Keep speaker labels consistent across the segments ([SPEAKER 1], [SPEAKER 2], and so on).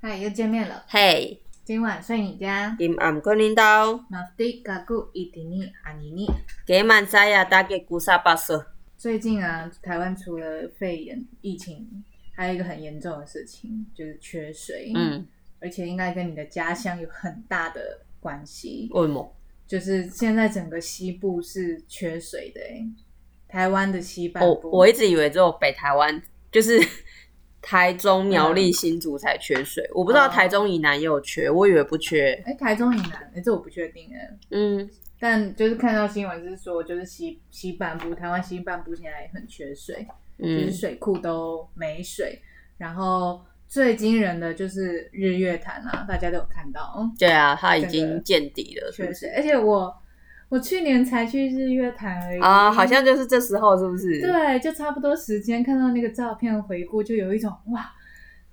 [SPEAKER 1] 嗨，哎又见面了。
[SPEAKER 2] 嘿，
[SPEAKER 1] 今晚睡你家，
[SPEAKER 2] 今暗过恁兜，
[SPEAKER 1] 马夫蒂嘎古伊迪尼阿尼尼。
[SPEAKER 2] 给满知呀，大家古啥巴说？
[SPEAKER 1] 最近啊，台湾除了肺炎疫情，还有一个很严重的事情，就是缺水。，
[SPEAKER 2] 嗯，
[SPEAKER 1] 而且应该跟你的家乡有很大的关系。
[SPEAKER 2] 为么？
[SPEAKER 1] 就是现在整个西部是缺水的、欸，台湾的西半
[SPEAKER 2] 我
[SPEAKER 1] 部。
[SPEAKER 2] 哦我一直以为只有北台湾，就是 台中、苗栗、新竹才缺水，我不知道
[SPEAKER 1] 哦
[SPEAKER 2] 台中以南也有缺，我以为不缺。
[SPEAKER 1] 哎、台中以南，哎、这我不确定哎、
[SPEAKER 2] 嗯，
[SPEAKER 1] 但就是看到新闻是说，就是西西半部，台湾西半部现在也很缺水，就是
[SPEAKER 2] 嗯，
[SPEAKER 1] 水库都没水。然后最惊人的就是日月潭啊，大家都有看到
[SPEAKER 2] 对啊，它已
[SPEAKER 1] 整个
[SPEAKER 2] 经见底了，是
[SPEAKER 1] 缺
[SPEAKER 2] 不是？
[SPEAKER 1] 水，而且我我去年才去日月潭而已
[SPEAKER 2] 啊，好像就是这时候，是不是？
[SPEAKER 1] 对，就差不多时间看到那个照片回顾，就有一种哇，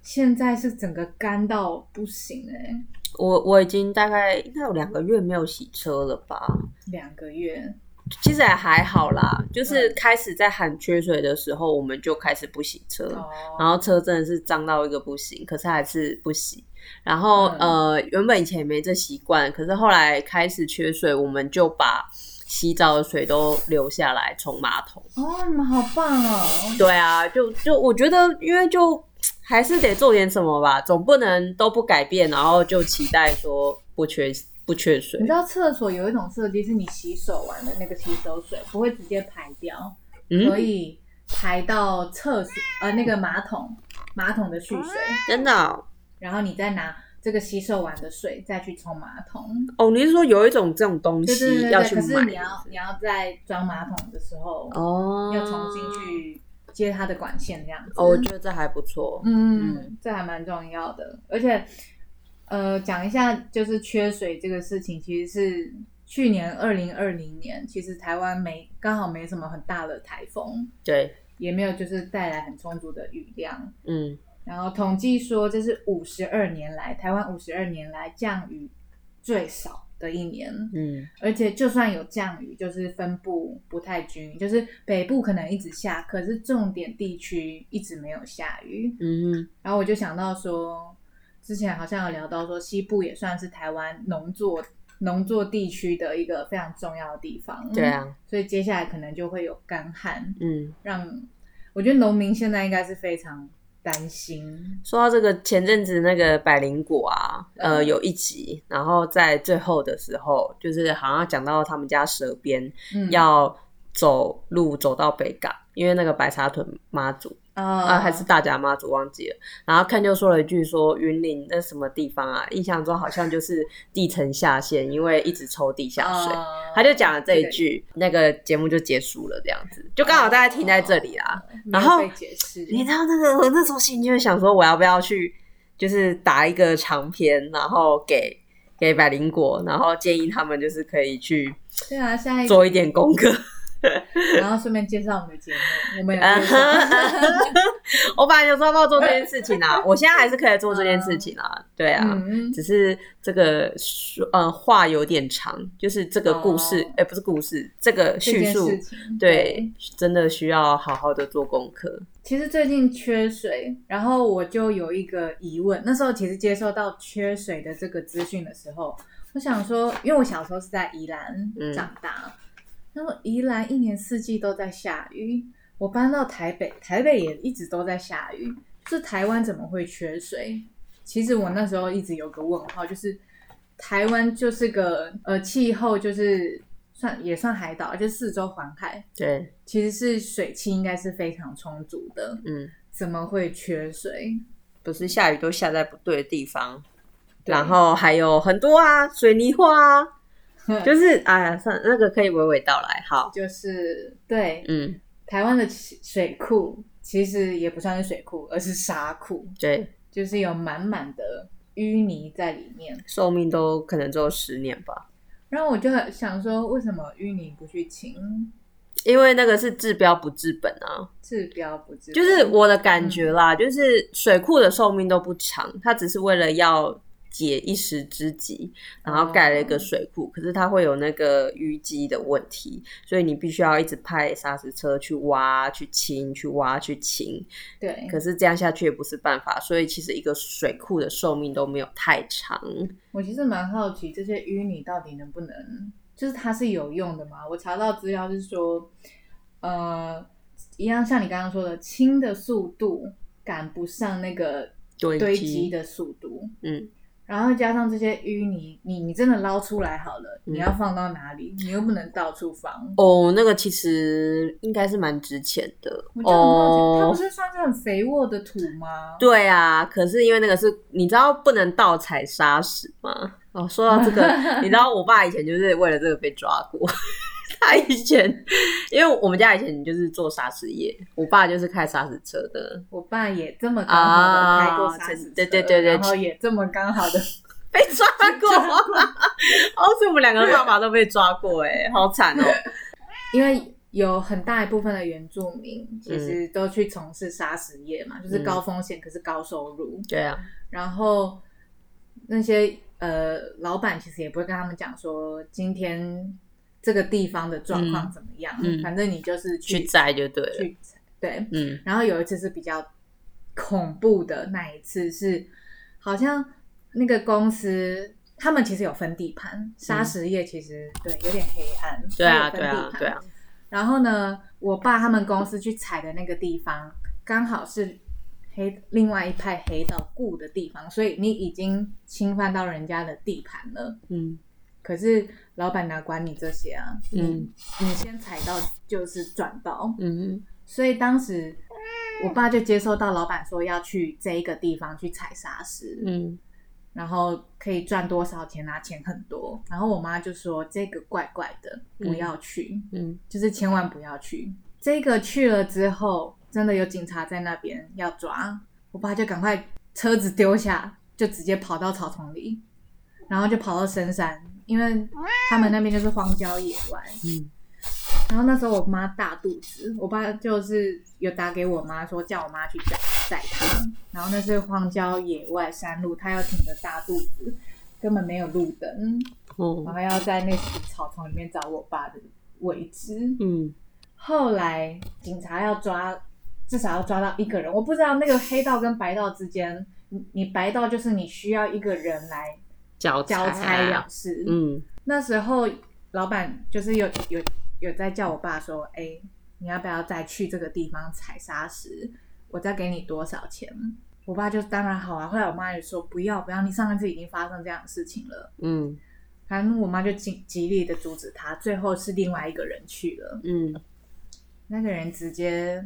[SPEAKER 1] 现在是整个干到不行哎、
[SPEAKER 2] 我我已经大概应该有两个月没有洗车了吧。
[SPEAKER 1] 两个月，
[SPEAKER 2] 其实也还好啦，就是
[SPEAKER 1] 嗯
[SPEAKER 2] 开始在喊缺水的时候，我们就开始不洗车。然
[SPEAKER 1] 哦，
[SPEAKER 2] 后车真的是脏到一个不行，可是还是不洗。然后、
[SPEAKER 1] 嗯
[SPEAKER 2] 呃，原本以前也没这习惯，可是后来开始缺水，我们就把洗澡的水都留下来冲马桶。
[SPEAKER 1] 哦，你们好棒哦，
[SPEAKER 2] 对啊，就就我觉得，因为就还是得做点什么吧，总不能都不改变，然后就期待说不缺不缺水
[SPEAKER 1] 你知。道厕所有一种设计是你洗手完的那个洗手水不会直接排掉，可
[SPEAKER 2] 嗯，
[SPEAKER 1] 以排到厕所呃那个马桶马桶的蓄水，
[SPEAKER 2] 真的哦
[SPEAKER 1] 然后你再拿这个洗手完的水再去冲马桶。
[SPEAKER 2] 哦，你是说有一种这种东
[SPEAKER 1] 对对
[SPEAKER 2] 西
[SPEAKER 1] 对
[SPEAKER 2] 要
[SPEAKER 1] 对，
[SPEAKER 2] 去
[SPEAKER 1] 可
[SPEAKER 2] 买？
[SPEAKER 1] 是你要你要在装马桶的时候
[SPEAKER 2] 哦，
[SPEAKER 1] 要重新。去接它的管线这样子。
[SPEAKER 2] 哦，我觉得这还不错。
[SPEAKER 1] 嗯，这还蛮重要的。而且，呃，讲一下就是缺水这个事情，其实是去年二零二零年，其实台湾没刚好没什么很大的台风，
[SPEAKER 2] 对，
[SPEAKER 1] 也没有就是带来很充足的雨量。
[SPEAKER 2] 嗯，
[SPEAKER 1] 然后统计说，这是五十二年来台湾五十二年来降雨最少的一年。
[SPEAKER 2] 嗯，
[SPEAKER 1] 而且就算有降雨，就是分布不太均匀，就是北部可能一直下，可是重点地区一直没有下雨。
[SPEAKER 2] 嗯
[SPEAKER 1] 然后我就想到说，之前好像有聊到说，西部也算是台湾农作农作地区的一个非常重要的地方。
[SPEAKER 2] 哼，对，啊，
[SPEAKER 1] 所以接下来可能就会有干旱，
[SPEAKER 2] 嗯，
[SPEAKER 1] 让我觉得农民现在应该是非常担心。
[SPEAKER 2] 说到这个，前阵子那个百灵果啊，呃，
[SPEAKER 1] 嗯
[SPEAKER 2] 有一集，然后在最后的时候，就是好像讲到他们家蛇边
[SPEAKER 1] 嗯，
[SPEAKER 2] 要走路走到北港，因为那个白沙屯妈祖啊、
[SPEAKER 1] 啊
[SPEAKER 2] 还是大甲妈祖忘记了，然后看就说了一句说云林那什么地方啊，印象中好像就是地层下陷，因为一直抽地下水。
[SPEAKER 1] 嗯
[SPEAKER 2] 他就讲了哦这一，句，那个节目就结束了，这样子就刚好大家停在这里啦。
[SPEAKER 1] 这个
[SPEAKER 2] 然
[SPEAKER 1] 哦
[SPEAKER 2] 后
[SPEAKER 1] 没有被解释，
[SPEAKER 2] 你知道那个我那时候心里就想说，我要不要去就是打一个长篇，然后给给百灵果，然后建议他们就是可以去
[SPEAKER 1] 对啊，下一
[SPEAKER 2] 做一点功 课。
[SPEAKER 1] 然后顺便介绍我们的节目，我们有
[SPEAKER 2] 啊
[SPEAKER 1] 介
[SPEAKER 2] 哈啊
[SPEAKER 1] 绍。
[SPEAKER 2] 哈我本来就说要不要做这件事情啊，我现在还是可以做这件事情啊， 对啊。
[SPEAKER 1] 嗯，
[SPEAKER 2] 只是这个说呃话有点长，就是这个故事，
[SPEAKER 1] 哦
[SPEAKER 2] 哎、不是故事，这个叙述
[SPEAKER 1] 这件事情
[SPEAKER 2] 对，真的需要好好的做功课。
[SPEAKER 1] 其实最近缺水，然后我就有一个疑问。那时候其实接收到缺水的这个资讯的时候，我想说，因为我小时候是在宜兰
[SPEAKER 2] 嗯
[SPEAKER 1] 长大，那么宜兰一年四季都在下雨。我搬到台北，台北也一直都在下雨，这台湾怎么会缺水？其实我那时候一直有个问号，就是台湾就是个呃气候就是算也算海岛，就是四周环海，
[SPEAKER 2] 对，
[SPEAKER 1] 其实是水汽应该是非常充足的，
[SPEAKER 2] 嗯，
[SPEAKER 1] 怎么会缺水？
[SPEAKER 2] 不是下雨都下在不对的地方，
[SPEAKER 1] 对
[SPEAKER 2] 然后还有很多啊，水泥化啊，
[SPEAKER 1] 就
[SPEAKER 2] 就是哎呀，算那个可以娓娓道来。好，
[SPEAKER 1] 就是对、
[SPEAKER 2] 嗯，
[SPEAKER 1] 台湾的水库其实也不算是水库，而是沙库，
[SPEAKER 2] 对，
[SPEAKER 1] 就是有满满的淤泥在里面。
[SPEAKER 2] 寿命都可能只有十年吧，
[SPEAKER 1] 然后我就很想说，为什么淤泥不去清？
[SPEAKER 2] 因为那个是治标不治本啊。
[SPEAKER 1] 治标不治本，
[SPEAKER 2] 就是我的感觉啦，就是水库的寿命都不长，它只是为了要解一时之急，然后盖了一个水库，可是它会有那个淤积的问题，所以你必须要一直派砂石车去挖、去清、去挖、去清。
[SPEAKER 1] 对，
[SPEAKER 2] 可是这样下去也不是办法，所以其实一个水库的寿命都没有太长。
[SPEAKER 1] 我其实蛮好奇这些淤泥到底能不能，就是它是有用的吗？我查到资料是说，呃，一样像你刚刚说的，清的速度赶不上那个堆积的速度，
[SPEAKER 2] 嗯，
[SPEAKER 1] 然后加上这些淤泥，你你真的捞出来好了，
[SPEAKER 2] 嗯
[SPEAKER 1] 你要放到哪里？你又不能到处放。
[SPEAKER 2] 哦，那个其实应该是蛮值钱的
[SPEAKER 1] 我就很好奇，它不
[SPEAKER 2] 哦。
[SPEAKER 1] 是算是很肥沃的土吗？
[SPEAKER 2] 对啊，可是因为那个是你知道不能盗采砂石吗？哦，说到这个， 你知道我爸以前就是为了这个被抓过。 他以前，因为我们家以前就是做砂石业，我爸就是开砂石车的，
[SPEAKER 1] 我爸也这么刚好的开过砂石车
[SPEAKER 2] 啊对对对对
[SPEAKER 1] 然后也这么刚好的
[SPEAKER 2] 被抓过。 哦，所以我们两个爸爸都被抓过、哎，好惨哦。
[SPEAKER 1] 因为有很大一部分的原住民其实
[SPEAKER 2] 嗯
[SPEAKER 1] 都去从事砂石业嘛，就是高风险可是高收入。
[SPEAKER 2] 对啊，
[SPEAKER 1] 然后那些呃老板其实也不会跟他们讲说今天这个地方的状况怎么样，
[SPEAKER 2] 嗯嗯
[SPEAKER 1] 反正你就是去
[SPEAKER 2] 去摘就对了。
[SPEAKER 1] 去对。
[SPEAKER 2] 嗯，
[SPEAKER 1] 然后有一次是比较恐怖的那一次是，好像那个公司。他们其实有分地盘，砂石业其实、对有点黑暗，
[SPEAKER 2] 嗯对啊，
[SPEAKER 1] 它有
[SPEAKER 2] 对
[SPEAKER 1] 分地
[SPEAKER 2] 啊，
[SPEAKER 1] 盘
[SPEAKER 2] 对啊，
[SPEAKER 1] 然后呢，我爸他们公司去采的那个地方，刚好是黑另外一派黑道雇的地方，所以你已经侵犯到人家的地盘了。
[SPEAKER 2] 嗯
[SPEAKER 1] 可是老板哪管你这些啊？
[SPEAKER 2] 嗯
[SPEAKER 1] 你先踩到就是赚到。
[SPEAKER 2] 嗯
[SPEAKER 1] 所以当时我爸就接收到老板说要去这一个地方去采砂石，
[SPEAKER 2] 嗯，
[SPEAKER 1] 然后可以赚多少钱啊？钱很多。然后我妈就说这个怪怪的，不要去。
[SPEAKER 2] 嗯，
[SPEAKER 1] 就是千万不要去。这个去了之后，真的有警察在那边要抓，我爸就赶快车子丢下，就直接跑到草丛里，然后就跑到深山，因为他们那边就是荒郊野外。
[SPEAKER 2] 嗯，
[SPEAKER 1] 然后那时候我妈大肚子，我爸就是有打给我妈说叫我妈去载载她，然后那是荒郊野外山路，她要挺着大肚子，根本没有路灯，然
[SPEAKER 2] 哦，
[SPEAKER 1] 后要在那草丛里面找我爸的位置。
[SPEAKER 2] 嗯
[SPEAKER 1] 后来警察要抓，至少要抓到一个人。我不知道那个黑道跟白道之间，你你白道就是你需要一个人来
[SPEAKER 2] 交
[SPEAKER 1] 交差了
[SPEAKER 2] 啊，
[SPEAKER 1] 事。
[SPEAKER 2] 嗯
[SPEAKER 1] 那时候老板就是有有有在叫我爸说，哎、你要不要再去这个地方采砂石？我再给你多少钱？我爸就当然好啊。后来我妈也说不要不要，你上一次已经发生这样的事情了。
[SPEAKER 2] 嗯
[SPEAKER 1] 反正我妈就极极力的阻止他，最后是另外一个人去了。
[SPEAKER 2] 嗯，
[SPEAKER 1] 那个人直接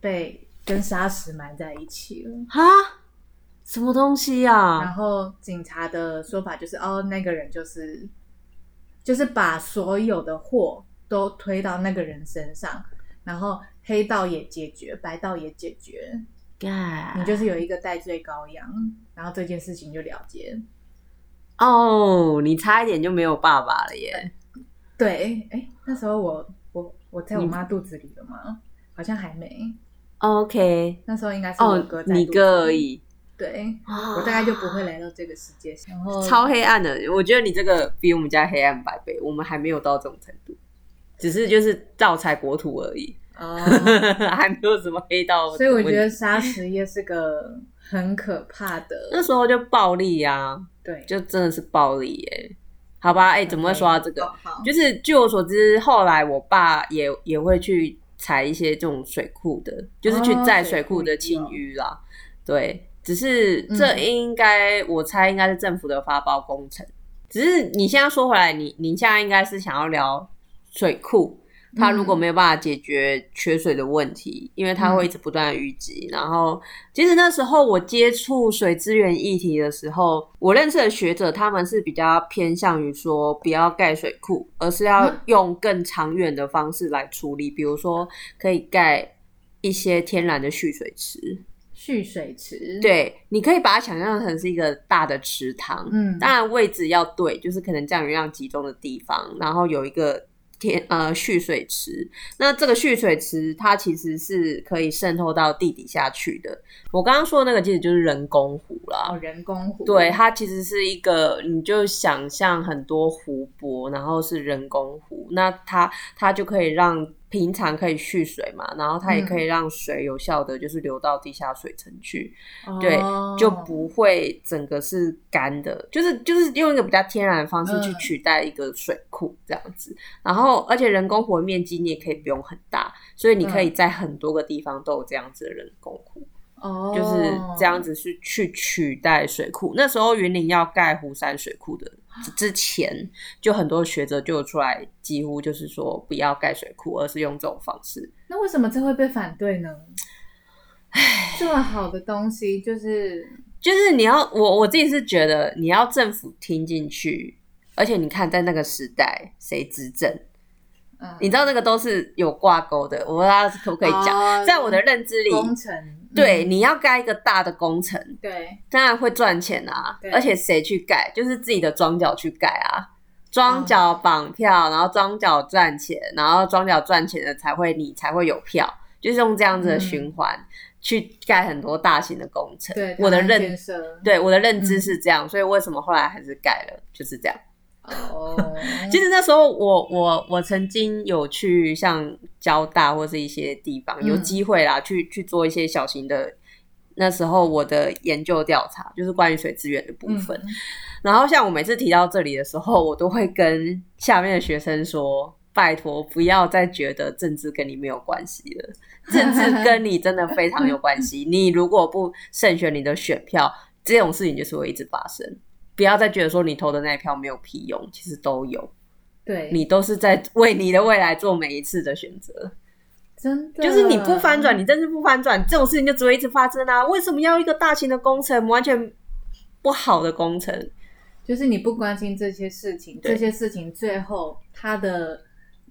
[SPEAKER 1] 被跟砂石埋在一起了。
[SPEAKER 2] 哈，什么东西啊
[SPEAKER 1] 然
[SPEAKER 2] 呀？
[SPEAKER 1] 后警察的说法就是，哦，那个人就是就是把所有的祸都推到那个人身上，然后黑道也解决，白道也解决，
[SPEAKER 2] 干
[SPEAKER 1] 你就是有一个戴罪羔羊，然后这件事情就了结。
[SPEAKER 2] 哦，你差一点就没有爸爸了耶！
[SPEAKER 1] 对，哎，那时候我我我在我妈肚子里了吗？好像还没，
[SPEAKER 2] OK，
[SPEAKER 1] 那时候应该是我
[SPEAKER 2] 哦
[SPEAKER 1] 哥，在、
[SPEAKER 2] 你哥而。已，
[SPEAKER 1] 对，
[SPEAKER 2] 我
[SPEAKER 1] 我大概就不会来到这个世界上。然后
[SPEAKER 2] 超黑暗的。我觉得你这个比我们家黑暗百倍，我们还没有到这种程度，只是就是盗采国土而已，
[SPEAKER 1] 哦，
[SPEAKER 2] 还没有什么黑道的问题。
[SPEAKER 1] 所以我觉得砂石业是个很可怕的，
[SPEAKER 2] 那时候就暴力啊，
[SPEAKER 1] 对，
[SPEAKER 2] 就真的是暴力耶、好吧，哎、怎么会说到这个？
[SPEAKER 1] 哦好
[SPEAKER 2] 就是据我所知，后来我爸也也会去采一些这种水库的，就是去
[SPEAKER 1] 哦
[SPEAKER 2] 载
[SPEAKER 1] 水
[SPEAKER 2] 水
[SPEAKER 1] 库
[SPEAKER 2] 库的
[SPEAKER 1] 鱼
[SPEAKER 2] 清
[SPEAKER 1] 哦
[SPEAKER 2] 淤啦。对，只是这
[SPEAKER 1] 嗯
[SPEAKER 2] 应该、我猜应该是政府的发包工程。只是你现在说回来，你你现在应该是想要聊水库，它如果
[SPEAKER 1] 嗯
[SPEAKER 2] 没有办法解决缺水的问题，因为它会一直不断的淤积。然后，其实那时候我接触水资源议题的时候，我认识的学者他们是比较偏向于说不要盖水库，而是要
[SPEAKER 1] 嗯
[SPEAKER 2] 用更长远的方式来处理，比如说可以盖一些天然的蓄水池。
[SPEAKER 1] 蓄水池，，
[SPEAKER 2] 对，你可以把它想象成是一个大的池塘，
[SPEAKER 1] 嗯，
[SPEAKER 2] 当然位置要对，就是可能降雨量集中的地方，然后有一个天呃蓄水池。那这个蓄水池它其实是可以渗透到地底下去的。我刚刚说的那个其实就是人工湖啦。
[SPEAKER 1] 哦，人工湖，
[SPEAKER 2] 对，它其实是一个，你就想象很多湖泊，然后是人工湖，那它它就可以让平常可以蓄水嘛，然后它也可以让水有效的就是流到地下水层去，对，
[SPEAKER 1] 哦
[SPEAKER 2] 就不会整个是干的，就是就是用一个比较天然的方式去
[SPEAKER 1] 嗯
[SPEAKER 2] 取代一个水库这样子。然后，而且人工湖的面积你也可以不用很大，所以你可以
[SPEAKER 1] 嗯
[SPEAKER 2] 在很多个地方都有这样子的人工湖。
[SPEAKER 1] 哦，
[SPEAKER 2] 就是这样子去去取代水库。那时候云林要盖湖山水库的之之前，就很多学者就有出来，几乎就是说不要盖水库，而是用这种方式。
[SPEAKER 1] 那为什么这会被反对呢？这么好的东西，就是
[SPEAKER 2] 就是你要我我自己是觉得，你要政府听进去，而且你看在那个时代谁执政，
[SPEAKER 1] 嗯，
[SPEAKER 2] 你知道那个都是有挂钩的。我不知道可不可以讲，
[SPEAKER 1] 哦
[SPEAKER 2] 在我的认知里，
[SPEAKER 1] 工程，
[SPEAKER 2] 对
[SPEAKER 1] 嗯
[SPEAKER 2] 你要盖一个大的工程，
[SPEAKER 1] 对，
[SPEAKER 2] 当然会赚钱啊
[SPEAKER 1] 对，
[SPEAKER 2] 而且谁去盖？就是自己的庄脚去盖啊，
[SPEAKER 1] 嗯
[SPEAKER 2] 庄脚绑票，然后庄脚赚钱，然后庄脚赚钱的才会你才会有票，就是用这样
[SPEAKER 1] 嗯
[SPEAKER 2] 子的循环、去盖很多大型的工程。
[SPEAKER 1] 对，
[SPEAKER 2] 我的
[SPEAKER 1] 台湾建
[SPEAKER 2] 认
[SPEAKER 1] 设，
[SPEAKER 2] 对我的认知
[SPEAKER 1] 嗯
[SPEAKER 2] 是这样，所以为什么后来还是盖了？就是这样。
[SPEAKER 1] 哦，
[SPEAKER 2] 其实那时候我我我曾经有去像交大或是一些地方
[SPEAKER 1] 嗯
[SPEAKER 2] 有机会啦，去去做一些小型的。那时候我的研究调查就是关于水资源的部分。
[SPEAKER 1] 嗯
[SPEAKER 2] 然后像我每次提到这里的时候，我都会跟下面的学生说：“拜托，不要再觉得政治跟你没有关系了， 政治跟你真的非常有关系。你如果不慎选你的选票，这种事情就是会一直发生。不要再觉得说你投的那一票没有屁用，其实都有。”
[SPEAKER 1] 对，
[SPEAKER 2] 你都是在为你的未来做每一次的选择，
[SPEAKER 1] 真的
[SPEAKER 2] 就是你不翻转，你真是不翻转，这种事情就只会一直发生啊！为什么要一个大型的工程，完全不好的工程？
[SPEAKER 1] 就是你不关心这些事情，
[SPEAKER 2] 对
[SPEAKER 1] 这些事情最后它的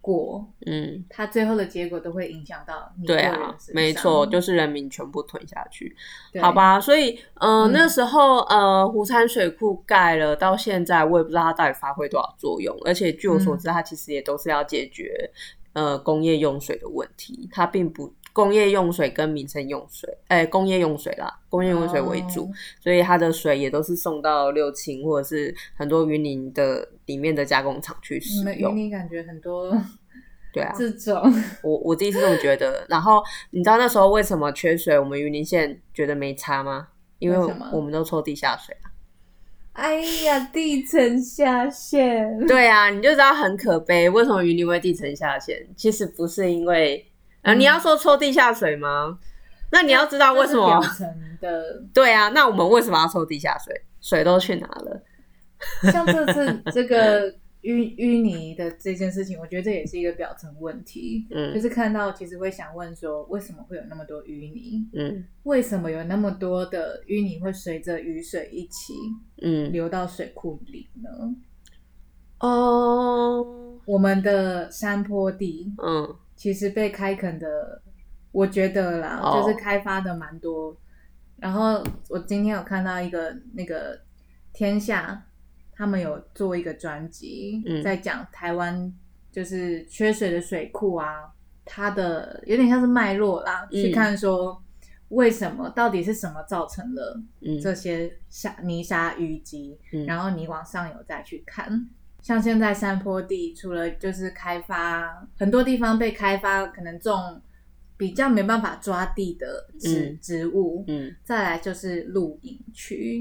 [SPEAKER 1] 果，
[SPEAKER 2] 嗯，
[SPEAKER 1] 它最后的结果都会影响到你
[SPEAKER 2] 对
[SPEAKER 1] 个人
[SPEAKER 2] 啊
[SPEAKER 1] 身，上
[SPEAKER 2] 没错，就是人民全部吞下去，
[SPEAKER 1] 对
[SPEAKER 2] 好吧？所以，呃，
[SPEAKER 1] 嗯
[SPEAKER 2] 那时候呃，湖山水库盖了，到现在我也不知道它到底发挥多少作用，而且据我
[SPEAKER 1] 嗯
[SPEAKER 2] 所知，它其实也都是要解决呃工业用水的问题，它并不。工业用水跟民生用水，哎、工业用水啦，工业用水为主，
[SPEAKER 1] 哦
[SPEAKER 2] 所以它的水也都是送到六轻或者是很多云林的里面的加工厂去
[SPEAKER 1] 你
[SPEAKER 2] 使
[SPEAKER 1] 们嗯云
[SPEAKER 2] 用。
[SPEAKER 1] 林感觉很多
[SPEAKER 2] 对啊，
[SPEAKER 1] 这种，
[SPEAKER 2] 我我自己是这么觉得。然后你知道那时候为什么缺水，我们云林县觉得没差吗？因为
[SPEAKER 1] 为什么
[SPEAKER 2] 我们都抽地下水啊。
[SPEAKER 1] 哎呀，地层下陷，
[SPEAKER 2] 对啊，你就知道很可悲，为什么云林会地层下陷？其实不是因为，呃，
[SPEAKER 1] 嗯
[SPEAKER 2] 你要说抽地下水吗？那你要知道为什么
[SPEAKER 1] 这？是表层的，
[SPEAKER 2] 对啊，那我们为什么要抽地下水？水都去哪了？
[SPEAKER 1] 像这次 这个淤淤泥的这件事情，我觉得这也是一个表层问题。就
[SPEAKER 2] 嗯
[SPEAKER 1] 是看到，其实会想问说，为什么会有那么多淤泥？
[SPEAKER 2] 嗯
[SPEAKER 1] 为什么有那么多的淤泥会随着雨水一起
[SPEAKER 2] 嗯，
[SPEAKER 1] 流到水库里呢？
[SPEAKER 2] 哦，
[SPEAKER 1] 我们的山坡地
[SPEAKER 2] 嗯
[SPEAKER 1] 其实被开垦的，我觉得啦，
[SPEAKER 2] 哦
[SPEAKER 1] 就是开发的蛮多。然后我今天有看到一个那个天下，他们有做一个专辑，
[SPEAKER 2] 嗯
[SPEAKER 1] 在讲台湾就是缺水的水库啊，它的有点像是脉络啦，
[SPEAKER 2] 嗯
[SPEAKER 1] 去看说为什么到底是什么造成了
[SPEAKER 2] 嗯，
[SPEAKER 1] 这些沙泥沙淤积，
[SPEAKER 2] 嗯
[SPEAKER 1] 然后你往上游再去看。像现在山坡地，除了就是开发，很多地方被开发，可能种比较没办法抓地的植、
[SPEAKER 2] 嗯
[SPEAKER 1] 植物。
[SPEAKER 2] 嗯
[SPEAKER 1] 再来就是露营区，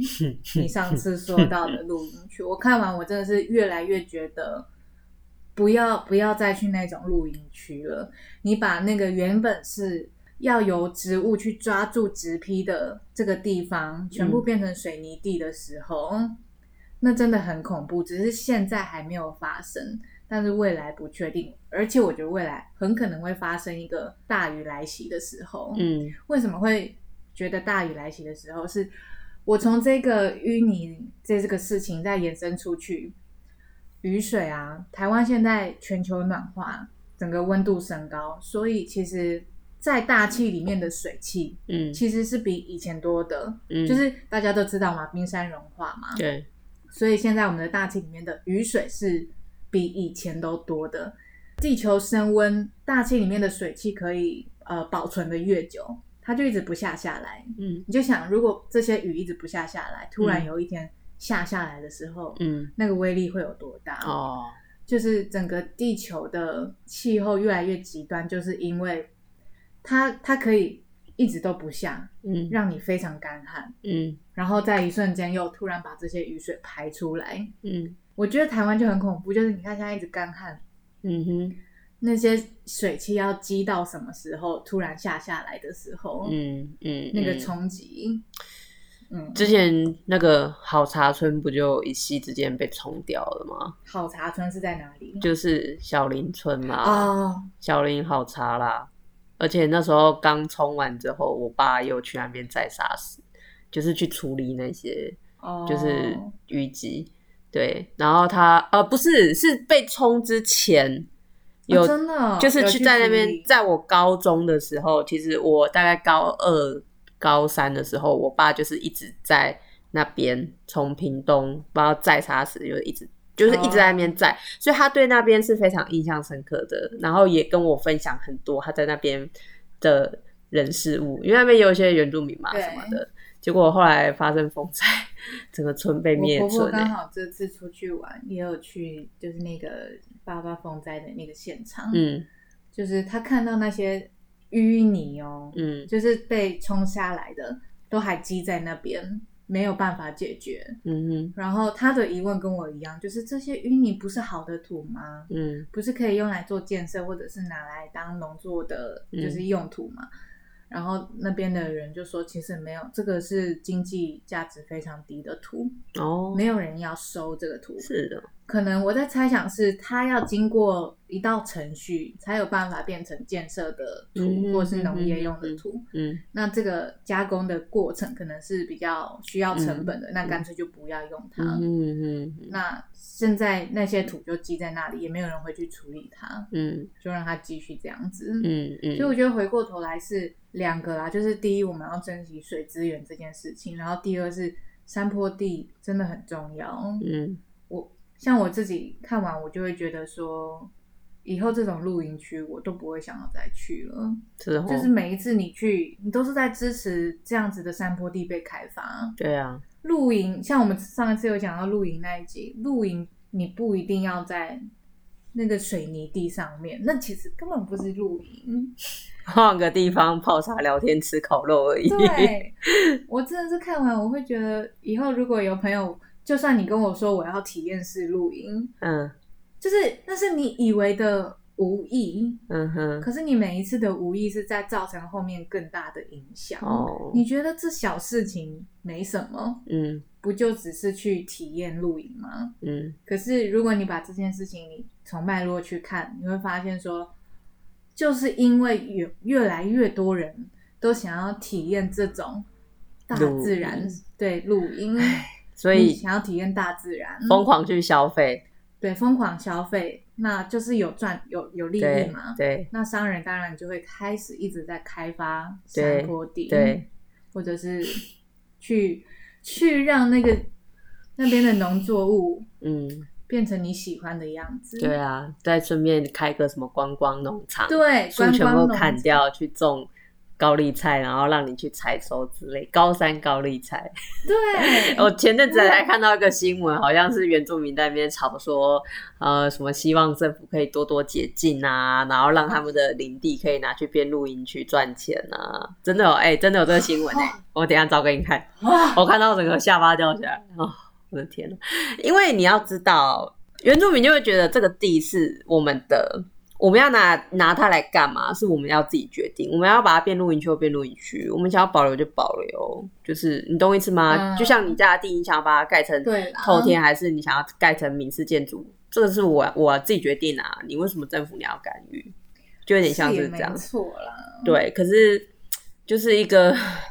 [SPEAKER 1] 你上次说到的露营区，我看完我真的是越来越觉得，不要不要再去那种露营区了。你把那个原本是要由植物去抓住植批的这个地方，全部变成水泥地的时候，那真的很恐怖。只是现在还没有发生，但是未来不确定。而且我觉得未来很可能会发生一个大雨来袭的时候，
[SPEAKER 2] 嗯
[SPEAKER 1] 为什么会觉得大雨来袭的时候是？我从这个淤泥这这个事情再延伸出去，雨水啊，台湾现在全球暖化，整个温度升高，所以其实，在大气里面的水汽
[SPEAKER 2] 嗯
[SPEAKER 1] 其实是比以前多的，
[SPEAKER 2] 嗯，
[SPEAKER 1] 就是大家都知道嘛，冰山融化嘛，
[SPEAKER 2] 对，
[SPEAKER 1] 所以现在我们的大气里面的雨水是比以前都多的。地球升温，大气里面的水汽可以呃保存的越久，它就一直不下下来。
[SPEAKER 2] 嗯
[SPEAKER 1] 你就想，如果这些雨一直不下下来，突然有一天下下来的时候，
[SPEAKER 2] 嗯，
[SPEAKER 1] 那个威力会有多大？
[SPEAKER 2] 哦，
[SPEAKER 1] 就是整个地球的气候越来越极端，就是因为它它可以一直都不下，
[SPEAKER 2] 嗯
[SPEAKER 1] 让你非常干旱，
[SPEAKER 2] 嗯
[SPEAKER 1] 然后在一瞬间又突然把这些雨水排出来。
[SPEAKER 2] 嗯
[SPEAKER 1] 我觉得台湾就很恐怖，就是你看现在一直干旱，
[SPEAKER 2] 嗯哼，
[SPEAKER 1] 那些水汽要积到什么时候？突然下下来的时候，
[SPEAKER 2] 嗯嗯，
[SPEAKER 1] 哦那个
[SPEAKER 2] 嗯
[SPEAKER 1] 冲击，嗯，
[SPEAKER 2] 之前那个好茶村不就一夕之间被冲掉了吗？
[SPEAKER 1] 好茶村是在哪里？
[SPEAKER 2] 就是小林村嘛，
[SPEAKER 1] 哦，
[SPEAKER 2] 小林好茶啦。而且那时候刚冲完之后，我爸又去那边再杀死，就是去处理那些
[SPEAKER 1] 哦，
[SPEAKER 2] 就是淤积。对，然后他呃不是是被冲之前有、
[SPEAKER 1] 哦真的哦
[SPEAKER 2] 就是
[SPEAKER 1] 有
[SPEAKER 2] 去
[SPEAKER 1] 去
[SPEAKER 2] 在那
[SPEAKER 1] 处
[SPEAKER 2] 边
[SPEAKER 1] 理，
[SPEAKER 2] 在我高中的时候，其实我大概高二、高三的时候，我爸就是一直在那边从屏东不知道再杀死，就是一直就是一直在
[SPEAKER 1] 哦
[SPEAKER 2] 那边在，所以他对那边是非常印象深刻的，然后也跟我分享很多他在那边的人事物，因为那边有一些原住民嘛
[SPEAKER 1] 对
[SPEAKER 2] 什么的。 结果后来发生风灾，整个村被灭
[SPEAKER 1] 我婆婆
[SPEAKER 2] 村、
[SPEAKER 1] 刚
[SPEAKER 2] 欸。
[SPEAKER 1] 好这次出去玩，也有去就是那个八八风灾的那个现场，，
[SPEAKER 2] 嗯
[SPEAKER 1] 就是她看到那些淤泥哦，
[SPEAKER 2] 嗯
[SPEAKER 1] 就是被冲下来的，都还积在那边，没有办法解决。
[SPEAKER 2] 嗯哼
[SPEAKER 1] 然后她的疑问跟我一样，就是这些淤泥不是好的土吗？
[SPEAKER 2] 嗯
[SPEAKER 1] 不是可以用来做建设，或者是拿来当农作的，
[SPEAKER 2] 嗯
[SPEAKER 1] 就是用途嘛。然后那边的人就说，其实没有，这个是经济价值非常低的土，
[SPEAKER 2] 哦，
[SPEAKER 1] 没有人要收这个土。
[SPEAKER 2] 是哦的，
[SPEAKER 1] 可能我在猜想是，它要经过一道程序才有办法变成建设的土，
[SPEAKER 2] 嗯
[SPEAKER 1] 或是农业用的土。
[SPEAKER 2] 嗯
[SPEAKER 1] 那这个加工的过程可能是比较需要成本的，那干脆就不要用它。
[SPEAKER 2] 嗯嗯嗯
[SPEAKER 1] 那现在那些土就积在那里，也没有人会去处理它，
[SPEAKER 2] 嗯
[SPEAKER 1] 就让它继续这样子。
[SPEAKER 2] 嗯嗯，
[SPEAKER 1] 所以我觉得回过头来是两个啦，就是第一，我们要珍惜水资源这件事情，然后第二是山坡地真的很重要。
[SPEAKER 2] 嗯
[SPEAKER 1] 我像我自己看完，我就会觉得说，以后这种露营区我都不会想要再去了。
[SPEAKER 2] 是哦，
[SPEAKER 1] 就是每一次你去，你都是在支持这样子的山坡地被开发。
[SPEAKER 2] 对啊，
[SPEAKER 1] 露营，像我们上一次有讲到露营那一集，露营你不一定要在那个水泥地上面，那其实根本不是露营。
[SPEAKER 2] 换个地方泡茶聊天吃烤肉而已。
[SPEAKER 1] 对，我真的是看完我会觉得，以后如果有朋友，就算你跟我说我要体验式露营，
[SPEAKER 2] 嗯
[SPEAKER 1] 就是那是你以为的无意，
[SPEAKER 2] 嗯哼，
[SPEAKER 1] 可是你每一次的无意是在造成后面更大的影响。
[SPEAKER 2] 哦，
[SPEAKER 1] 你觉得这小事情没什么，
[SPEAKER 2] 嗯
[SPEAKER 1] 不就只是去体验露营吗？
[SPEAKER 2] 嗯
[SPEAKER 1] 可是如果你把这件事情你从脉络去看，你会发现说，就是因为越越来越多人都想要体验这种大自然
[SPEAKER 2] 露
[SPEAKER 1] 对露营，
[SPEAKER 2] 所
[SPEAKER 1] 你
[SPEAKER 2] 以
[SPEAKER 1] 想要体验大自然，
[SPEAKER 2] 疯狂去消费，
[SPEAKER 1] 对疯狂消费，那就是有赚有有利益
[SPEAKER 2] 对
[SPEAKER 1] 嘛。
[SPEAKER 2] 对
[SPEAKER 1] 那商人当然就会开始一直在开发
[SPEAKER 2] 对
[SPEAKER 1] 山坡地，
[SPEAKER 2] 对，
[SPEAKER 1] 或者是去去让那个那边的农作物
[SPEAKER 2] 嗯
[SPEAKER 1] 变成你喜欢的样子。
[SPEAKER 2] 对啊，再顺便开个什么观光农场，
[SPEAKER 1] 对，
[SPEAKER 2] 树
[SPEAKER 1] 观
[SPEAKER 2] 全
[SPEAKER 1] 光
[SPEAKER 2] 部
[SPEAKER 1] 农
[SPEAKER 2] 砍掉去种高丽菜，然后让你去采收之类，高山高丽菜。
[SPEAKER 1] 对，
[SPEAKER 2] 我前阵子还看到一个新闻，好像是原住民在那边吵说，呃，什么希望政府可以多多解禁啊，然后让他们的林地可以拿去变露营区赚钱啊，真的有哎、真的有这个新闻哎、我等一下找给你看，
[SPEAKER 1] 哇，
[SPEAKER 2] 我看到整个下巴掉下来，哦，我的天呐！因为你要知道，原住民就会觉得这个地是我们的。我们要拿拿它来干嘛？是我们要自己决定。我们要把它变露营区就变露营区，我们想要保留就保留，就是你懂我意思吗？
[SPEAKER 1] 嗯
[SPEAKER 2] 就像你家的地，你想要把它盖成
[SPEAKER 1] 对嗯啦，
[SPEAKER 2] 透天，还是你想要盖成民事建筑？这个是我我自己决定啊。你为什么政府你要干预？就有
[SPEAKER 1] 有
[SPEAKER 2] 点像是这样
[SPEAKER 1] 没。错啦。
[SPEAKER 2] 对，可是就是一个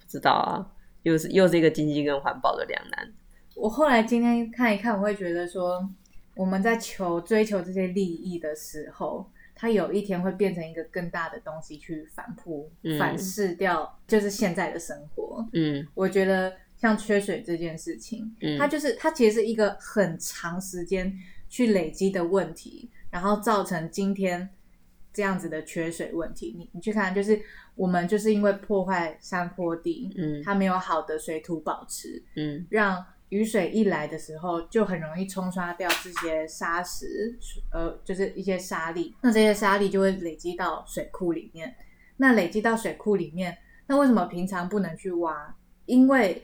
[SPEAKER 2] 不知道啊，又是又是一个经济跟环保的两难。
[SPEAKER 1] 我后来今天看一看，我会觉得说，我们在求追求这些利益的时候，它有一天会变成一个更大的东西去反扑、
[SPEAKER 2] 嗯
[SPEAKER 1] 反噬掉，就是现在的生活。
[SPEAKER 2] 嗯
[SPEAKER 1] 我觉得像缺水这件事情，
[SPEAKER 2] 嗯
[SPEAKER 1] 它就是它其实是一个很长时间去累积的问题，然后造成今天这样子的缺水问题。你你去看，就是我们就是因为破坏山坡地，
[SPEAKER 2] 嗯
[SPEAKER 1] 它没有好的水土保持，
[SPEAKER 2] 嗯
[SPEAKER 1] 让雨水一来的时候，就很容易冲刷掉这些沙石，呃，就是一些沙粒。那这些沙粒就会累积到水库里面。那累积到水库里面，那为什么平常不能去挖？因为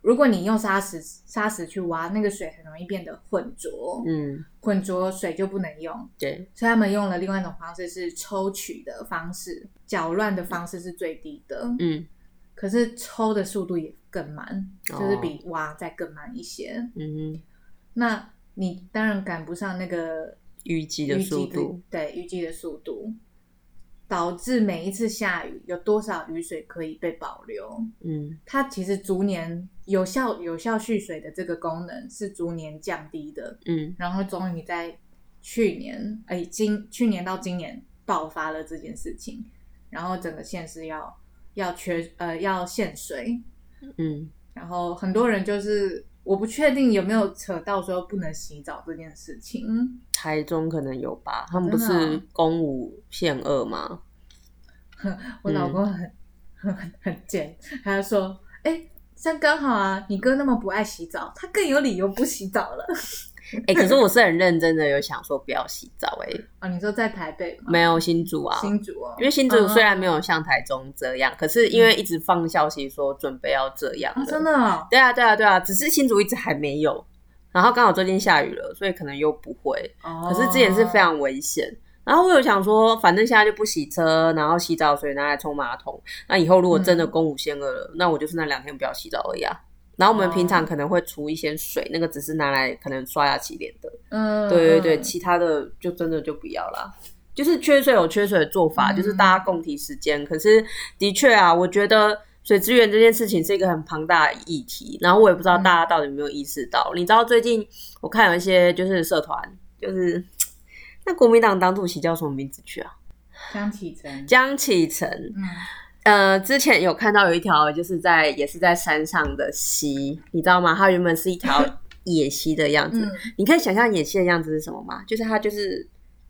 [SPEAKER 1] 如果你用沙石沙石去挖，那个水很容易变得浑浊，
[SPEAKER 2] 嗯，
[SPEAKER 1] 浑浊水就不能用。
[SPEAKER 2] 对，
[SPEAKER 1] 所以他们用了另外一种方式，是抽取的方式，搅乱的方式是最低的。
[SPEAKER 2] 嗯
[SPEAKER 1] 可是抽的速度也更慢，
[SPEAKER 2] 哦
[SPEAKER 1] 就是比挖再更慢一些。
[SPEAKER 2] 嗯，
[SPEAKER 1] 那你当然赶不上那个
[SPEAKER 2] 预计的
[SPEAKER 1] 预
[SPEAKER 2] 速
[SPEAKER 1] 计的
[SPEAKER 2] 度，
[SPEAKER 1] 对预计的速度，导致每一次下雨有多少雨水可以被保留？
[SPEAKER 2] 嗯
[SPEAKER 1] 它其实逐年有效有效蓄水的这个功能是逐年降低的，
[SPEAKER 2] 嗯
[SPEAKER 1] 然后终于在去年，哎，今去年到今年爆发了这件事情，然后整个县市要要缺呃要限水，
[SPEAKER 2] 嗯
[SPEAKER 1] 然后很多人就是我不确定有没有扯到说不能洗澡这件事情，
[SPEAKER 2] 台中可能有吧，他们不
[SPEAKER 1] 真的
[SPEAKER 2] 是
[SPEAKER 1] 哦
[SPEAKER 2] 公五限二吗？
[SPEAKER 1] 我
[SPEAKER 2] 嗯
[SPEAKER 1] 老公很、很很贱，他就说：“哎、这样刚好啊，你哥那么不爱洗澡，他更有理由不洗澡了。
[SPEAKER 2] 哎、可是我是很认真的，有想说不要洗澡、欸，哎，”
[SPEAKER 1] 哦，你说在台北吗？
[SPEAKER 2] 没有新竹啊，
[SPEAKER 1] 新竹哦，
[SPEAKER 2] 因为新竹虽然没有像台中这样，可是因为一直放消息说准备要这样
[SPEAKER 1] 嗯啊、
[SPEAKER 2] 了，
[SPEAKER 1] 真的哦，
[SPEAKER 2] 对啊，对啊，对啊，只是新竹一直还没有，然后刚好最近下雨了，所以可能又不会。
[SPEAKER 1] 可
[SPEAKER 2] 可是之前是非
[SPEAKER 1] 哦
[SPEAKER 2] 常危险。然后我有想说，反正现在就不洗车，然后洗澡水拿来冲马桶。那以后如果真
[SPEAKER 1] 嗯
[SPEAKER 2] 的公五限二了，那我就是那两天不要洗澡而已啊。然后我们
[SPEAKER 1] 哦
[SPEAKER 2] 平常可能会除一些水，那个只是拿来可能刷牙洗脸的。
[SPEAKER 1] 嗯，
[SPEAKER 2] 对对对，
[SPEAKER 1] 嗯
[SPEAKER 2] 其他的就真的就不要啦。就是缺水有缺水的做法，
[SPEAKER 1] 嗯
[SPEAKER 2] 就是大家共体时间。可是的确啊，我觉得水资源这件事情是一个很庞大的议题，然后我也不知道大家到底有没有意识到。你知道最近我看有一些就是社团，就是那国民党党主席叫什么名字去啊？
[SPEAKER 1] 江启程，
[SPEAKER 2] 江启臣。
[SPEAKER 1] 嗯，
[SPEAKER 2] 呃，之前有看到有一条，就是在也是在山上的溪，你知道吗？它原本是一条野溪的样子，
[SPEAKER 1] 嗯
[SPEAKER 2] 你可以想象野溪的样子是什么吗？就是它就是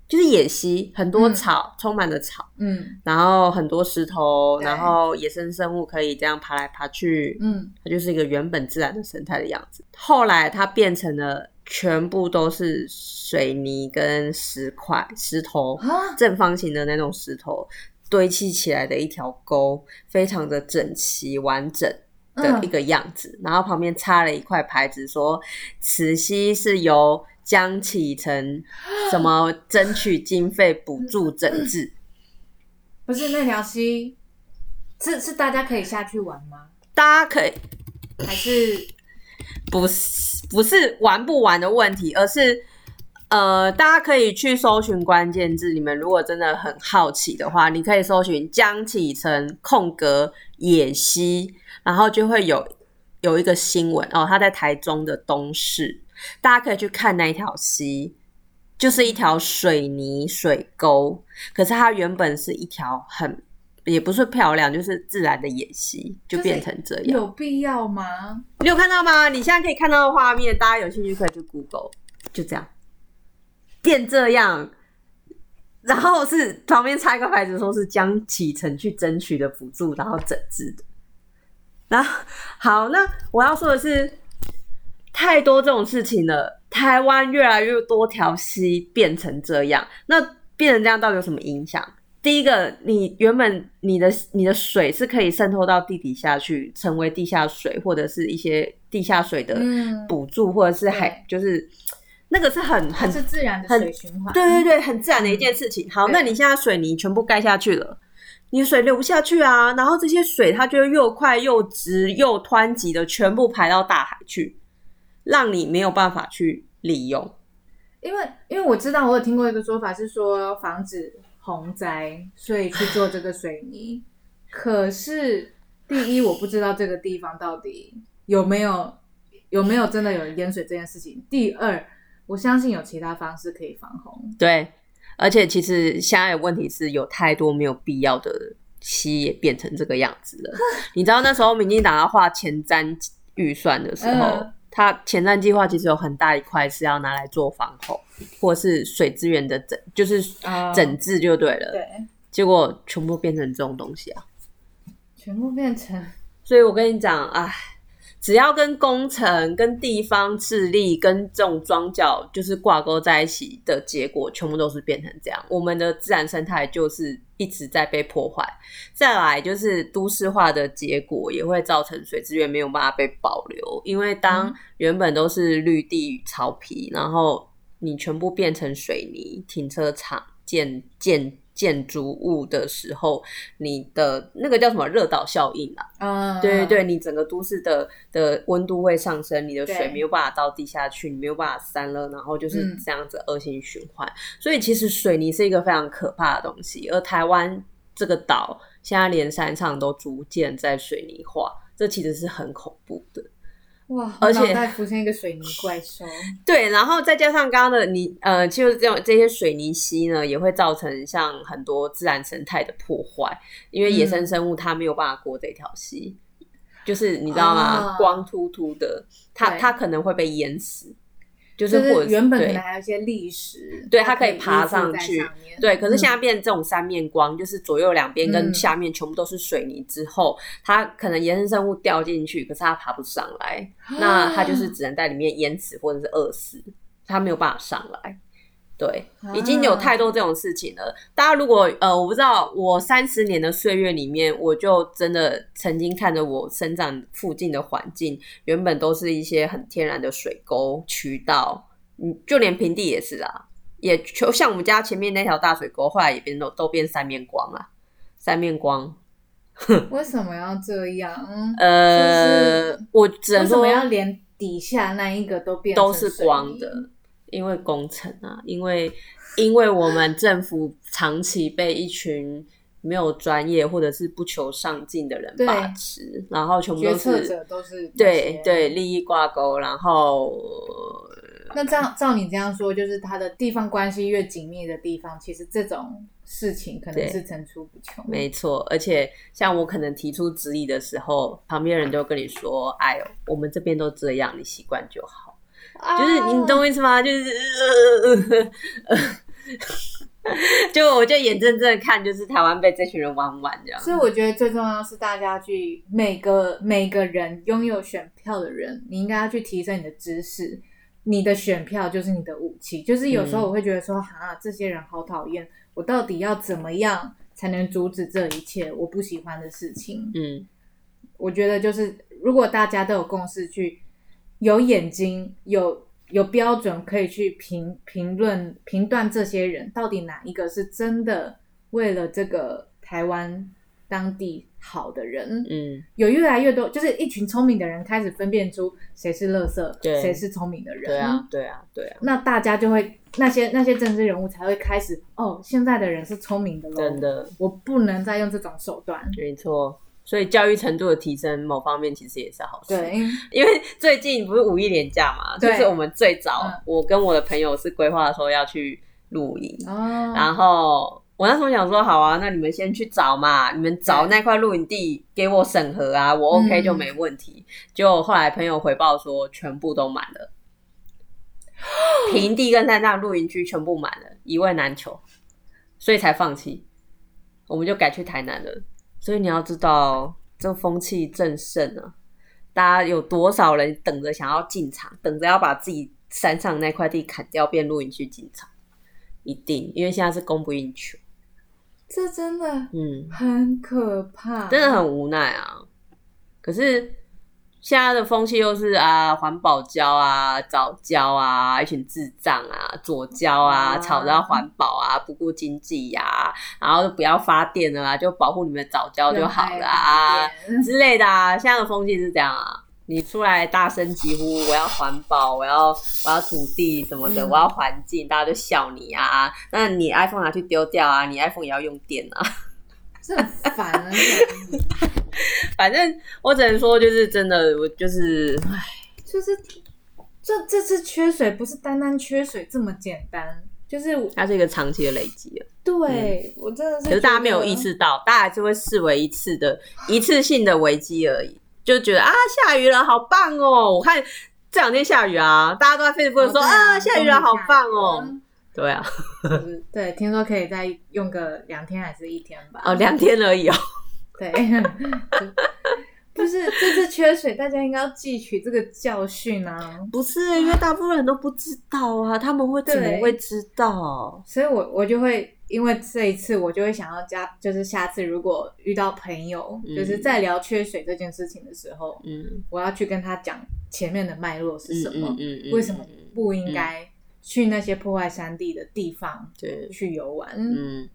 [SPEAKER 2] 就是野溪，很多
[SPEAKER 1] 嗯
[SPEAKER 2] 草，充满了草，
[SPEAKER 1] 嗯
[SPEAKER 2] 然后很多石头，
[SPEAKER 1] 对
[SPEAKER 2] 然后野生生物可以这样爬来爬去，
[SPEAKER 1] 嗯，
[SPEAKER 2] 它就是一个原本自然的生态的样子。后来它变成了全部都是水泥跟石块、石头，
[SPEAKER 1] 啊，
[SPEAKER 2] 正方形的那种石头堆砌起来的一条沟，非常的整齐完整。的一
[SPEAKER 1] 嗯
[SPEAKER 2] 个样子，然后旁边插了一块牌子说，此溪是由江启程什么争取经费补助整治。
[SPEAKER 1] 不是那条溪，是是大家可以下去玩吗？
[SPEAKER 2] 大家可以
[SPEAKER 1] 还是
[SPEAKER 2] 不是不是玩不玩的问题，而是呃，大家可以去搜寻关键字。你们如果真的很好奇的话，你可以搜寻江启程空格野溪，然后就会有有一个新闻哦，他在台中的东市，大家可以去看那一条溪。就是一条水泥水沟，可是它原本是一条很也不是漂亮，就是自然的野溪，
[SPEAKER 1] 就
[SPEAKER 2] 就
[SPEAKER 1] 是
[SPEAKER 2] 变成这样。
[SPEAKER 1] 有必要吗？
[SPEAKER 2] 你有看到吗？你现在可以看到的画面，大家有兴趣可以去 Google，就这样，变这样，然后是旁边插一个牌子，说是江启程去争取的补助，然后整治的。然后好，那我要说的是，太多这种事情了，台湾越来越多条溪变成这样，那变成这样到底有什么影响？第一个，你原本你的你的水是可以渗透到地底下去，成为地下水或者是一些地下水的
[SPEAKER 1] 嗯
[SPEAKER 2] 补助，或者是海
[SPEAKER 1] 对，
[SPEAKER 2] 就是那个是很
[SPEAKER 1] 它
[SPEAKER 2] 很
[SPEAKER 1] 是自然的
[SPEAKER 2] 很
[SPEAKER 1] 水循环。
[SPEAKER 2] 对对对，很自然的一件事情。好，
[SPEAKER 1] 对
[SPEAKER 2] 那你现在水泥全部盖下去了，你水流不下去啊，然后这些水它就会又快又直又湍急的全部排到大海去，让你没有办法去利用。
[SPEAKER 1] 因为因为我知道我有听过一个说法是说防止洪灾，所以去做这个水泥。可是第一，我不知道这个地方到底有没有有没有真的有淹水这件事情。第二，我相信有其他方式可以防洪。
[SPEAKER 2] 对，而且其实现在的问题是有太多没有必要的溪也变成这个样子了。你知道那时候民进党要画前瞻预算的时候，
[SPEAKER 1] 嗯
[SPEAKER 2] 它前瞻计划其实有很大一块是要拿来做防洪，或是水资源的整，就是
[SPEAKER 1] 啊
[SPEAKER 2] 整治就对了。
[SPEAKER 1] 对，
[SPEAKER 2] 结果全部变成这种东西啊！
[SPEAKER 1] 全部变成
[SPEAKER 2] 所以我跟你讲，哎，只要跟工程、跟地方治理、跟这种庄脚就是挂钩在一起的结果，全部都是变成这样。我们的自然生态就是一直在被破坏，再来就是都市化的结果也会造成水资源没有办法被保留，因为当
[SPEAKER 1] 嗯
[SPEAKER 2] 原本都是绿地、草皮，然后你全部变成水泥、停车场、建建建筑物的时候，你的那个叫什么热岛效应啊？
[SPEAKER 1] 啊，
[SPEAKER 2] 对对对，你整个都市的的温度会上升，你的水
[SPEAKER 1] 对
[SPEAKER 2] 没有办法到地下去，你没有办法散热，然后就是
[SPEAKER 1] 嗯
[SPEAKER 2] 这样子恶性循环。所以其实水泥是一个非常可怕的东西，而台湾这个岛现在连山上都逐渐在水泥化，这其实是很恐怖的。
[SPEAKER 1] 哇，
[SPEAKER 2] 而且
[SPEAKER 1] 我脑袋浮现一个水泥怪兽，
[SPEAKER 2] 对，然后再加上刚刚的你，呃，就是这种这些水泥溪呢，也会造成像很多自然生态的破坏，因为野生
[SPEAKER 1] 嗯
[SPEAKER 2] 生物它没有办法过这条溪，就是你知道吗？
[SPEAKER 1] 哦
[SPEAKER 2] 光秃秃的，它
[SPEAKER 1] 对
[SPEAKER 2] 它可能会被淹死，就
[SPEAKER 1] 就是
[SPEAKER 2] 或者
[SPEAKER 1] 是
[SPEAKER 2] 是
[SPEAKER 1] 原本可
[SPEAKER 2] 对
[SPEAKER 1] 能还有一些砾石，
[SPEAKER 2] 对
[SPEAKER 1] 它
[SPEAKER 2] 它可以
[SPEAKER 1] 以
[SPEAKER 2] 爬
[SPEAKER 1] 依附
[SPEAKER 2] 上
[SPEAKER 1] 在
[SPEAKER 2] 去
[SPEAKER 1] 上面
[SPEAKER 2] 对，可是
[SPEAKER 1] 嗯
[SPEAKER 2] 现在变这种三面光，就是左右两边跟
[SPEAKER 1] 嗯
[SPEAKER 2] 下面全部都是水泥之后，它可能野生生物掉进去，可是它爬不上来，
[SPEAKER 1] 啊
[SPEAKER 2] 那它 就是只能在里面淹死或者是饿死，它没有办法上来。对，已经
[SPEAKER 1] 啊
[SPEAKER 2] 有太多这种事情了。大家如果
[SPEAKER 1] 嗯
[SPEAKER 2] 呃，我不知道，我三十年的岁月里面，我就真的曾经看着我生长附近的环境，原本都是一些很天然的水沟、渠道，嗯，就连平地也是啊，也就像我们家前面那条大水沟，后来也变都都变三面光啊，三面光。
[SPEAKER 1] 为什么要这样？嗯
[SPEAKER 2] 呃，
[SPEAKER 1] 就是
[SPEAKER 2] 我只能
[SPEAKER 1] 为什
[SPEAKER 2] 说
[SPEAKER 1] 么要连底下那一个都变成
[SPEAKER 2] 都是光
[SPEAKER 1] 水泥？
[SPEAKER 2] 的，因为工程啊，因为因为我们政府长期被一群没有专业或者是不求上进的人
[SPEAKER 1] 对
[SPEAKER 2] 把持，然后全部都
[SPEAKER 1] 决策者
[SPEAKER 2] 是
[SPEAKER 1] 都是那
[SPEAKER 2] 对
[SPEAKER 1] 些
[SPEAKER 2] 对利益挂钩，然后
[SPEAKER 1] 那这样照你这样说，就是它的地方关系越紧密的地方，其实这种事情可
[SPEAKER 2] 对
[SPEAKER 1] 能是层出不穷。
[SPEAKER 2] 没错，而且像我可能提出质疑的时候，旁边人就跟你说：“哎呦，我们这边都这样，你习惯就好。”
[SPEAKER 1] 啊
[SPEAKER 2] 就是你懂我意思吗？就是，呃呃呃呃就我就眼睁睁的看，就是台湾被这群人玩完这样。
[SPEAKER 1] 所以我觉得最重要是大家去每个每个人拥有选票的人，你应该要去提升你的知识。你的选票就是你的武器，就是有时
[SPEAKER 2] 嗯
[SPEAKER 1] 候我会觉得说，哈、这些人好讨厌，我到底要怎么样才能阻止这一切我不喜欢的事情？
[SPEAKER 2] 嗯，
[SPEAKER 1] 我觉得就是如果大家都有共识去，有眼睛，有有标准可以去评评论评断这些人到底哪一个是真的为了这个台湾当地好的人，
[SPEAKER 2] 嗯，
[SPEAKER 1] 有越来越多就是一群聪明的人开始分辨出谁是垃
[SPEAKER 2] 对
[SPEAKER 1] 圾，谁是聪明的人，
[SPEAKER 2] 对啊，对啊，对啊，
[SPEAKER 1] 那大家就会那些那些政治人物才会开始哦，现在的人是聪明的喽，
[SPEAKER 2] 真，的
[SPEAKER 1] 我不能再用这种手段，
[SPEAKER 2] 没错。所以教育程度的提升，某方面其实也是好事。，
[SPEAKER 1] 对，
[SPEAKER 2] 因为最近不是五一连假嘛，就
[SPEAKER 1] 对
[SPEAKER 2] 是我们最早，
[SPEAKER 1] 嗯
[SPEAKER 2] 我跟我的朋友是规划说要去露营，
[SPEAKER 1] 哦，
[SPEAKER 2] 然后我那时候想说，好啊，那你们先去找嘛，你们找那块露营地给我审核啊，我 OK
[SPEAKER 1] 嗯
[SPEAKER 2] 就没问题。结果后来朋友回报说，全部都满了，平地跟山上露营区全部满了，一位难求，所以才放弃，我们就改去台南了。所以你要知道，这风气正盛啊，大家有多少人等着想要进场，等着要把自己山上那块地砍掉变露营区进场，一定，因为现在是供不应求，
[SPEAKER 1] 这真的
[SPEAKER 2] 嗯，
[SPEAKER 1] 很可怕，
[SPEAKER 2] 真的很无奈啊。可是现在的风气又是啊，环保胶啊、早胶啊，一群智障啊、左胶啊，
[SPEAKER 1] 啊
[SPEAKER 2] 吵着要环保啊，不顾经济呀、然后就不要发电了啊，就保护你们的早胶就好了啊。
[SPEAKER 1] 用爱发电
[SPEAKER 2] 之类的啊。现在的风气是这样啊，你出来大声疾呼我要环保，我要我要土地什么的，
[SPEAKER 1] 嗯
[SPEAKER 2] 我要环境，大家就笑你啊。那你 iPhone 拿去丢掉啊，你 iPhone 也要用电啊。
[SPEAKER 1] 这很烦啊！
[SPEAKER 2] 反正我只能说，就是真的，我就是唉
[SPEAKER 1] 就是这这次缺水不是单单缺水这么简单，就是我
[SPEAKER 2] 它是一个长期的累积啊。
[SPEAKER 1] 对、我真的是，
[SPEAKER 2] 嗯可是大家没有意，识到，大家还是会视为一次的一次性的危机而已，就觉得啊下雨了好棒哦，我看。这两天下雨啊，大家都在 Facebook 说、
[SPEAKER 1] 哦对啊
[SPEAKER 2] 啊下雨了，好棒哦。
[SPEAKER 1] 嗯
[SPEAKER 2] 对啊，
[SPEAKER 1] 就是对，听说可以再用个两天还是一天吧？
[SPEAKER 2] 哦，两天而已哦。
[SPEAKER 1] 对， 就不是这次缺水，大家应该要汲取这个教训啊。
[SPEAKER 2] 不是，因为大部分人都不知道啊，他们会怎么
[SPEAKER 1] 对
[SPEAKER 2] 会知道？
[SPEAKER 1] 所以我我就会因为这一次，我就会想要加，就是下次如果遇到朋友，
[SPEAKER 2] 嗯
[SPEAKER 1] 就是在聊缺水这件事情的时候，
[SPEAKER 2] 嗯，
[SPEAKER 1] 我要去跟他讲前面的脉络是
[SPEAKER 2] 嗯
[SPEAKER 1] 什么，
[SPEAKER 2] 嗯嗯嗯
[SPEAKER 1] 为什么不应该去那些破坏山地的地方
[SPEAKER 2] 对，
[SPEAKER 1] 去游玩。
[SPEAKER 2] 嗯，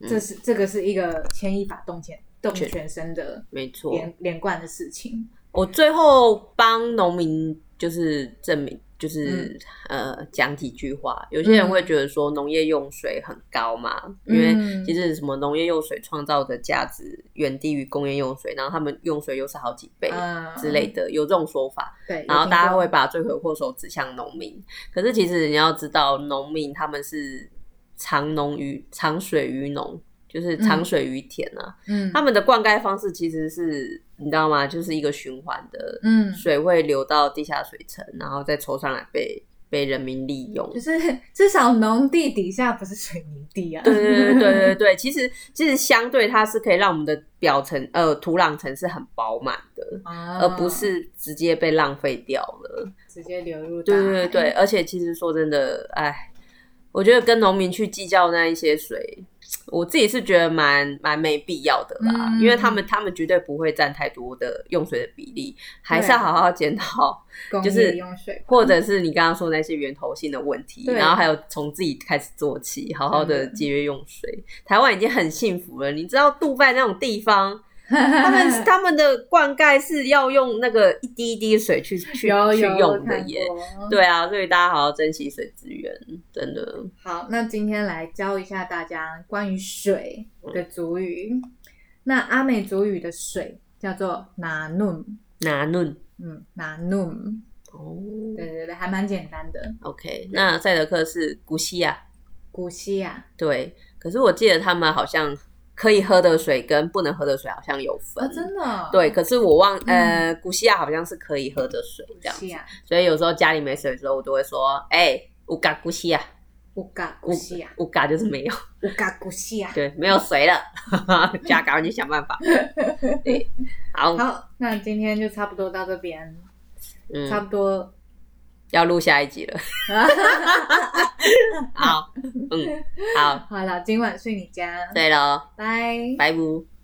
[SPEAKER 2] 嗯
[SPEAKER 1] 这是这个是一个牵一发动全动全身的
[SPEAKER 2] 没错。
[SPEAKER 1] 连连贯的事情。
[SPEAKER 2] 我最后帮农民就是证明，就是、
[SPEAKER 1] 嗯
[SPEAKER 2] 呃讲几句话。有些人会觉得说农业用水很高嘛，因为
[SPEAKER 1] 嗯
[SPEAKER 2] 其实什么农业用水创造的价值远低于工业用水，然后他们用水又是好几倍
[SPEAKER 1] 嗯
[SPEAKER 2] 之类的，有这种说法。
[SPEAKER 1] 对，
[SPEAKER 2] 然后大家
[SPEAKER 1] 有
[SPEAKER 2] 会
[SPEAKER 1] 听过
[SPEAKER 2] 把罪魁祸首指向农民。可是其实你要知道，农民他们是长农于长水于农，就是长
[SPEAKER 1] 嗯
[SPEAKER 2] 水于田啊。
[SPEAKER 1] 嗯
[SPEAKER 2] 他们的灌溉方式其实是你知道吗？就是一个循环的，
[SPEAKER 1] 嗯，
[SPEAKER 2] 水会流到地下水层，然后再抽上来被被人民利用
[SPEAKER 1] 就。是 至少农地底下不是水泥地啊。
[SPEAKER 2] 对对对对对对，其实其实相对它是可以让我们的表层呃土壤层是很饱满的，
[SPEAKER 1] 啊
[SPEAKER 2] 而不是直接被浪费掉了。
[SPEAKER 1] 直接流入大
[SPEAKER 2] 对
[SPEAKER 1] 海。
[SPEAKER 2] 对对对，而且其实说真的，哎，我觉得跟农民去计较那一些水，我自己是觉得蛮蛮没必要的啦，
[SPEAKER 1] 嗯
[SPEAKER 2] 因为他们他们绝对不会占太多的用水的比例，还是
[SPEAKER 1] 对
[SPEAKER 2] 要
[SPEAKER 1] 啊
[SPEAKER 2] 好好检讨，
[SPEAKER 1] 工
[SPEAKER 2] 就
[SPEAKER 1] 业
[SPEAKER 2] 是
[SPEAKER 1] 用水，
[SPEAKER 2] 或者是你刚刚说那些源头性的问题，
[SPEAKER 1] 对
[SPEAKER 2] 然后还有从自己开始做起，好好的
[SPEAKER 1] 真的
[SPEAKER 2] 节约用水。台湾已经很幸福了，你知道杜拜那种 地方。他们他们的灌溉是要用那个一滴一滴水去去
[SPEAKER 1] 有
[SPEAKER 2] 去
[SPEAKER 1] 有
[SPEAKER 2] 用的耶，。
[SPEAKER 1] 我看过
[SPEAKER 2] 对啊，所以大家好好珍惜水资源，真的。
[SPEAKER 1] 好，那今天来教一下大家关于水的
[SPEAKER 2] 嗯
[SPEAKER 1] 族语。那阿美族语的水叫做 nanum，
[SPEAKER 2] 拿论
[SPEAKER 1] 嗯，nanum，
[SPEAKER 2] 哦
[SPEAKER 1] 对对对，还蛮简单的。
[SPEAKER 2] ，OK，那赛德克是古希亚，
[SPEAKER 1] 古希亚，
[SPEAKER 2] 对。可是我记得他们好像可以喝的水跟不能喝的水好像有分，
[SPEAKER 1] 哦，真的哦，
[SPEAKER 2] 啊对。可是我忘，呃，古希亚好像是可以喝的水这
[SPEAKER 1] 古
[SPEAKER 2] 样子
[SPEAKER 1] 希，亚，
[SPEAKER 2] 所以有时候家里没水的时候，我都会说，哎、乌嘎古希亚，
[SPEAKER 1] 乌嘎古希亚，
[SPEAKER 2] 乌嘎就是没 有，
[SPEAKER 1] 乌嘎古希亚。
[SPEAKER 2] 对，没有水了， 家赶快去想办 法。对，好，
[SPEAKER 1] 好，那今天就差不多到这边，差
[SPEAKER 2] 嗯，
[SPEAKER 1] 不多。
[SPEAKER 2] 要录下一集了，好，嗯，好。嗯
[SPEAKER 1] 好了，今晚睡你家，
[SPEAKER 2] 对喽，
[SPEAKER 1] 拜。
[SPEAKER 2] 拜拜。